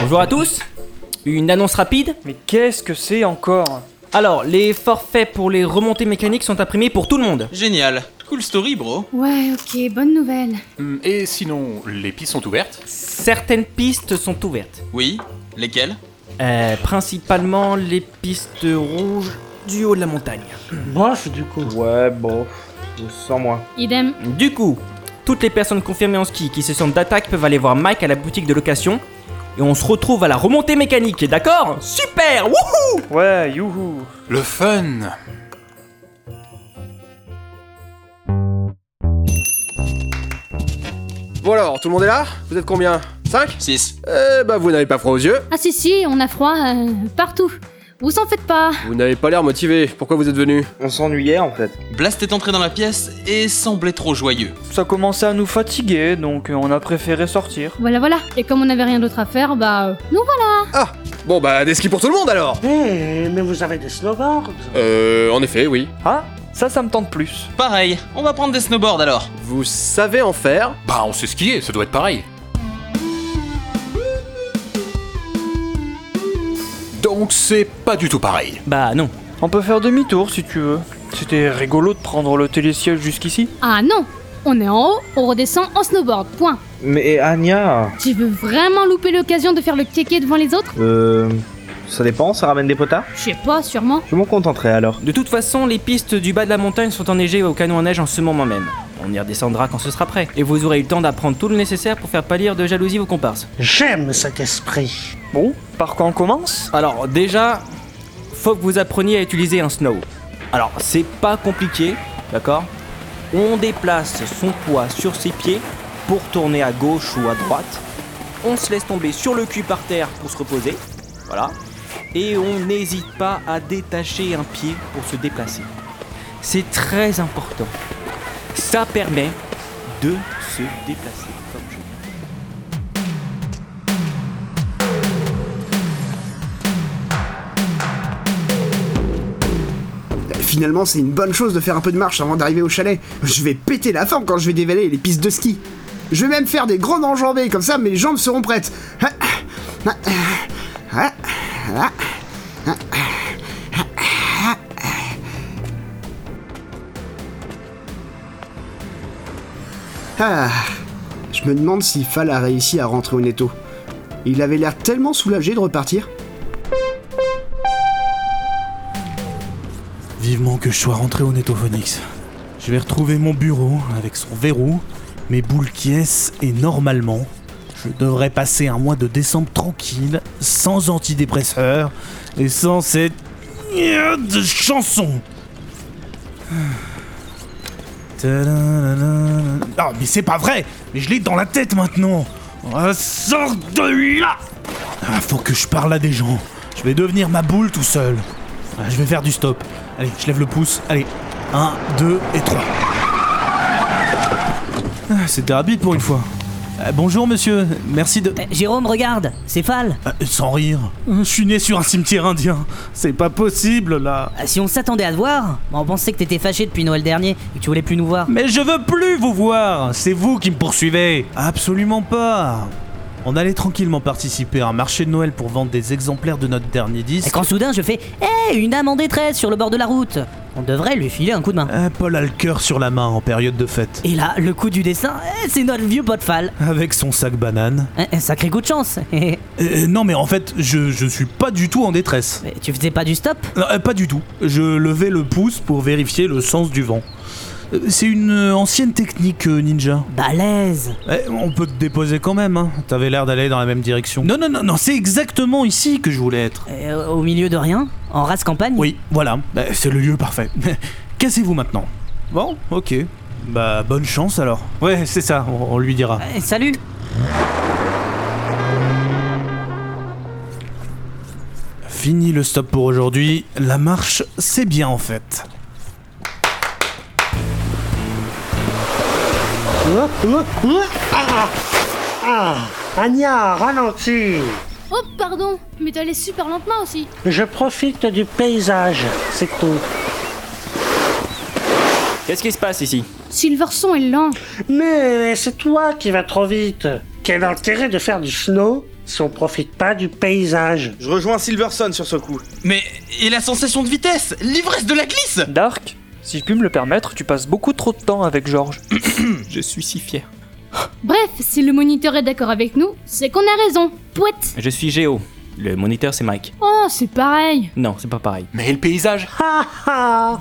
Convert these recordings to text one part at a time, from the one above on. Bonjour à tous. Une annonce rapide. Mais qu'est-ce que c'est encore Alors, les forfaits pour les remontées mécaniques sont imprimés pour tout le monde. Génial. Cool story, bro. Ouais, ok, bonne nouvelle. Hum, Et sinon, les pistes sont ouvertes Certaines pistes sont ouvertes. Oui. Lesquels Euh, principalement les pistes rouges du haut de la montagne. Bof, du coup. Ouais, bon, sans moi. Idem. Du coup, toutes les personnes confirmées en ski qui se sentent d'attaque peuvent aller voir Mike à la boutique de location. Et on se retrouve à la remontée mécanique, d'accord Super Wouh Ouais, youhou Le fun Bon alors, tout le monde est là Vous êtes combien 5 6. Eh bah vous n'avez pas froid aux yeux, Ah si si, on a froid euh, partout. Vous en faites pas. vous n'avez pas l'air motivé, pourquoi vous êtes venu On s'ennuyait en fait. Blast est entré dans la pièce et semblait trop joyeux. Ça commençait à nous fatiguer, donc euh, on a préféré sortir. Voilà voilà. Et comme on n'avait rien d'autre à faire, bah euh, nous voilà. Bon bah des skis pour tout le monde alors Eh, mais vous avez des snowboards Euh en effet oui. Ah Ça, ça me tente plus. Pareil, on va prendre des snowboards alors. Vous savez en faire Bah, on sait skier, ça doit être pareil. Donc, c'est pas du tout pareil. Bah non. On peut faire demi-tour si tu veux. C'était rigolo de prendre le télésiège jusqu'ici. Ah non. On est en haut, on redescend en snowboard. Point. Mais Anya Tu veux vraiment louper l'occasion de faire le kéké devant les autres Euh. Ça dépend, ça ramène des potas Je sais pas, sûrement. Je m'en contenterai alors. De toute façon, les pistes du bas de la montagne sont enneigées au canon à neige en ce moment même. On y redescendra quand ce sera prêt. Et vous aurez eu le temps d'apprendre tout le nécessaire pour faire pâlir de jalousie vos comparses. J'aime cet esprit. Bon, par quoi on commence Alors déjà, faut que vous appreniez à utiliser un snow. Alors c'est pas compliqué, d'accord On déplace son poids sur ses pieds pour tourner à gauche ou à droite. On se laisse tomber sur le cul par terre pour se reposer, voilà. Et on n'hésite pas à détacher un pied pour se déplacer. C'est très important. Ça permet de se déplacer. comme je dis. Finalement, c'est une bonne chose de faire un peu de marche avant d'arriver au chalet. Je vais péter la forme quand je vais dévaler les pistes de ski. Je vais même faire des grandes enjambées, comme ça mes jambes seront prêtes. Ah, je me demande si Fall a réussi à rentrer au netto. Il avait l'air tellement soulagé de repartir. Vivement que je sois rentré au Netophonix. Je vais retrouver mon bureau avec son verrou, mes boules qui essaient, et normalement, je devrais passer un mois de décembre tranquille, sans antidépresseur et sans cette de chanson. Non Ah, mais c'est pas vrai Mais je l'ai dans la tête maintenant Ah, Sors de là ah, Faut que je parle à des gens. Je vais devenir ma boule tout seul. Ah, Je vais faire du stop. Allez, je lève le pouce. Allez, 1, 2 et 3. C'était rapide pour une fois. Euh, bonjour monsieur, merci de... Euh, Jérôme, regarde, c'est Fall. Euh, sans rire. Euh, Je suis né sur un cimetière indien. C'est pas possible là. Ah, Si on s'attendait à te voir, bah, on pensait que t'étais fâché depuis Noël dernier et que tu voulais plus nous voir. Mais je veux plus vous voir C'est vous qui me poursuivez Absolument pas On allait tranquillement participer à un marché de Noël pour vendre des exemplaires de notre dernier Et disque. quand soudain je fais Hé, une âme en détresse sur le bord de la route On devrait lui filer un coup de main. Ah, Paul a le cœur sur la main en période de fête. Et là, le coup du dessin, eh, c'est notre vieux pote Fall. Avec son sac banane. Un, un Eh, sacré coup de chance. Eh, Mais Euh, non mais en fait, je, je suis pas du tout en détresse. tu faisais pas du stop Non, euh, pas du tout. Je levais le pouce pour vérifier le sens du vent. Euh, C'est une euh, ancienne technique euh, ninja. Balèze. Eh, on peut te déposer quand même, hein. T'avais l'air d'aller dans la même direction. Non, non, non, non, c'est exactement ici que je voulais être. Euh, au milieu de rien En race campagne Oui, voilà, Bah, c'est le lieu parfait. Cassez-vous maintenant. Bon, ok. Bah, bonne chance alors. Ouais, c'est ça, on, on lui dira. Eh, salut Fini le stop pour aujourd'hui, la marche, c'est bien en fait. Ouah, ouah, ouah, ah, ah, Anya, ralentis Oh pardon, mais t'es allé super lentement aussi. Je profite du paysage, c'est tout. Qu'est-ce qui se passe ici Silverson est lent. Mais c'est toi qui vas trop vite. Quel intérêt de faire du snow si on profite pas du paysage Je rejoins Silverson sur ce coup. Mais et la sensation de vitesse L'ivresse de la glisse Dark, si je puis me le permettre, tu passes beaucoup trop de temps avec Georges. Je suis si fier. Bref, si le moniteur est d'accord avec nous, c'est qu'on a raison. Pouette Je suis Géo. Le moniteur, c'est Mike. Oh, c'est pareil Non, c'est pas pareil. Mais le paysage Mais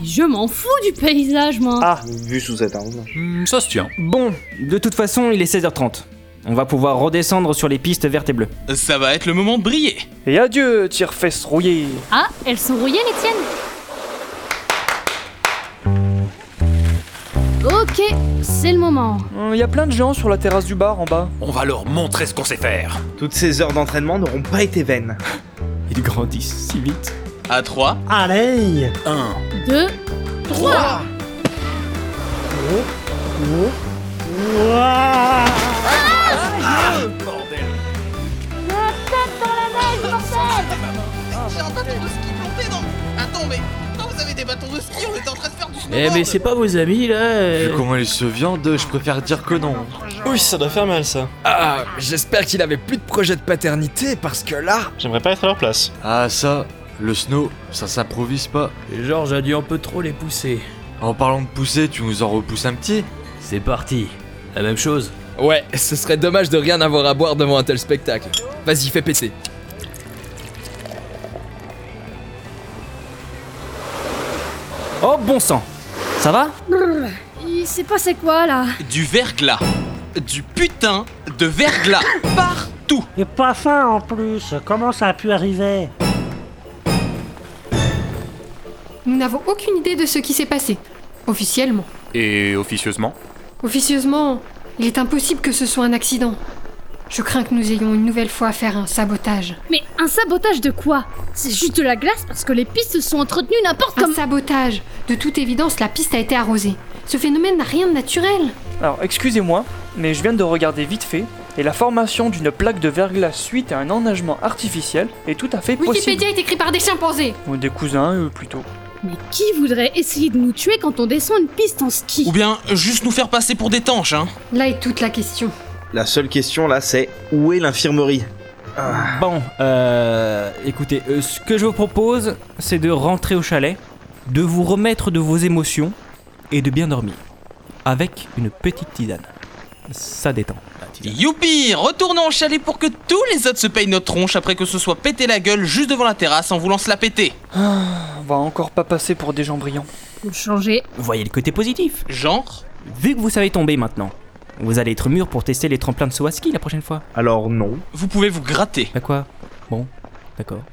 Je m'en fous du paysage, moi Ah, Vu sous cet angle. Hmm, Ça se tient. Bon, de toute façon, il est 16h30. On va pouvoir redescendre sur les pistes vertes et bleues. Ça va être le moment de briller. et adieu, tire-fesse rouillée Ah, elles sont rouillées, les tiennes Ok, c'est le moment. Hum, y a plein de gens sur la terrasse du bar en bas. On va leur montrer ce qu'on sait faire. Toutes ces heures d'entraînement n'auront pas été vaines. Ils grandissent si vite. À 3, Allez 1. Deux, Ouah J'ai un bâton de ski planté dans. Attends, mais pourquoi vous avez des bâtons de ski On était en train de faire du Eh, snowboard pas vos amis là Comment il se viande, je préfère dire que non. Oui, ça doit faire mal ça. Ah, j'espère qu'il avait plus de projet de paternité parce que là. J'aimerais pas être à leur place. Ah ça, le snow, ça s'improvise pas. Et Georges a dû un peu trop les pousser. En parlant de pousser, tu nous en repousses un petit C'est parti. La même chose. Ouais, ce serait dommage de rien avoir à boire devant un tel spectacle. Vas-y, fais péter. Oh bon sang Ça va Brrr, Il s'est passé quoi, là Du verglas. Du putain de verglas. Partout. Et pas fin en plus Comment ça a pu arriver Nous n'avons aucune idée de ce qui s'est passé, officiellement. Et officieusement Officieusement, il est impossible que ce soit un accident. Je crains que nous ayons une nouvelle fois à faire un sabotage. Mais un sabotage de quoi C'est juste de la glace parce que les pistes se sont entretenues n'importe Un comment. sabotage De toute évidence, la piste a été arrosée. Ce phénomène n'a rien de naturel. Alors, excusez-moi, mais je viens de regarder vite fait, et la formation d'une plaque de verglas suite à un enneigement artificiel est tout à fait possible. Wikipédia est écrit par des chimpanzés Ou des cousins, eux, plutôt. Mais qui voudrait essayer de nous tuer quand on descend une piste en ski Ou bien juste nous faire passer pour des tanches, hein Là est toute la question. La seule question là, c'est où est l'infirmerie Bon, euh, écoutez, euh, ce que je vous propose, c'est de rentrer au chalet, de vous remettre de vos émotions et de bien dormir. Avec une petite tisane. Ça détend. la tisane. Youpi Retournons au chalet pour que tous les autres se payent notre tronche après que ce soit pété la gueule juste devant la terrasse en voulant se la péter. On va encore pas passer pour des gens brillants. Pour changer. Voyez le côté positif. Genre Vu que vous savez tomber maintenant, vous allez être mûr pour tester les tremplins de saut à ski la prochaine fois. Alors non. Vous pouvez vous gratter. Bah quoi Bon, d'accord.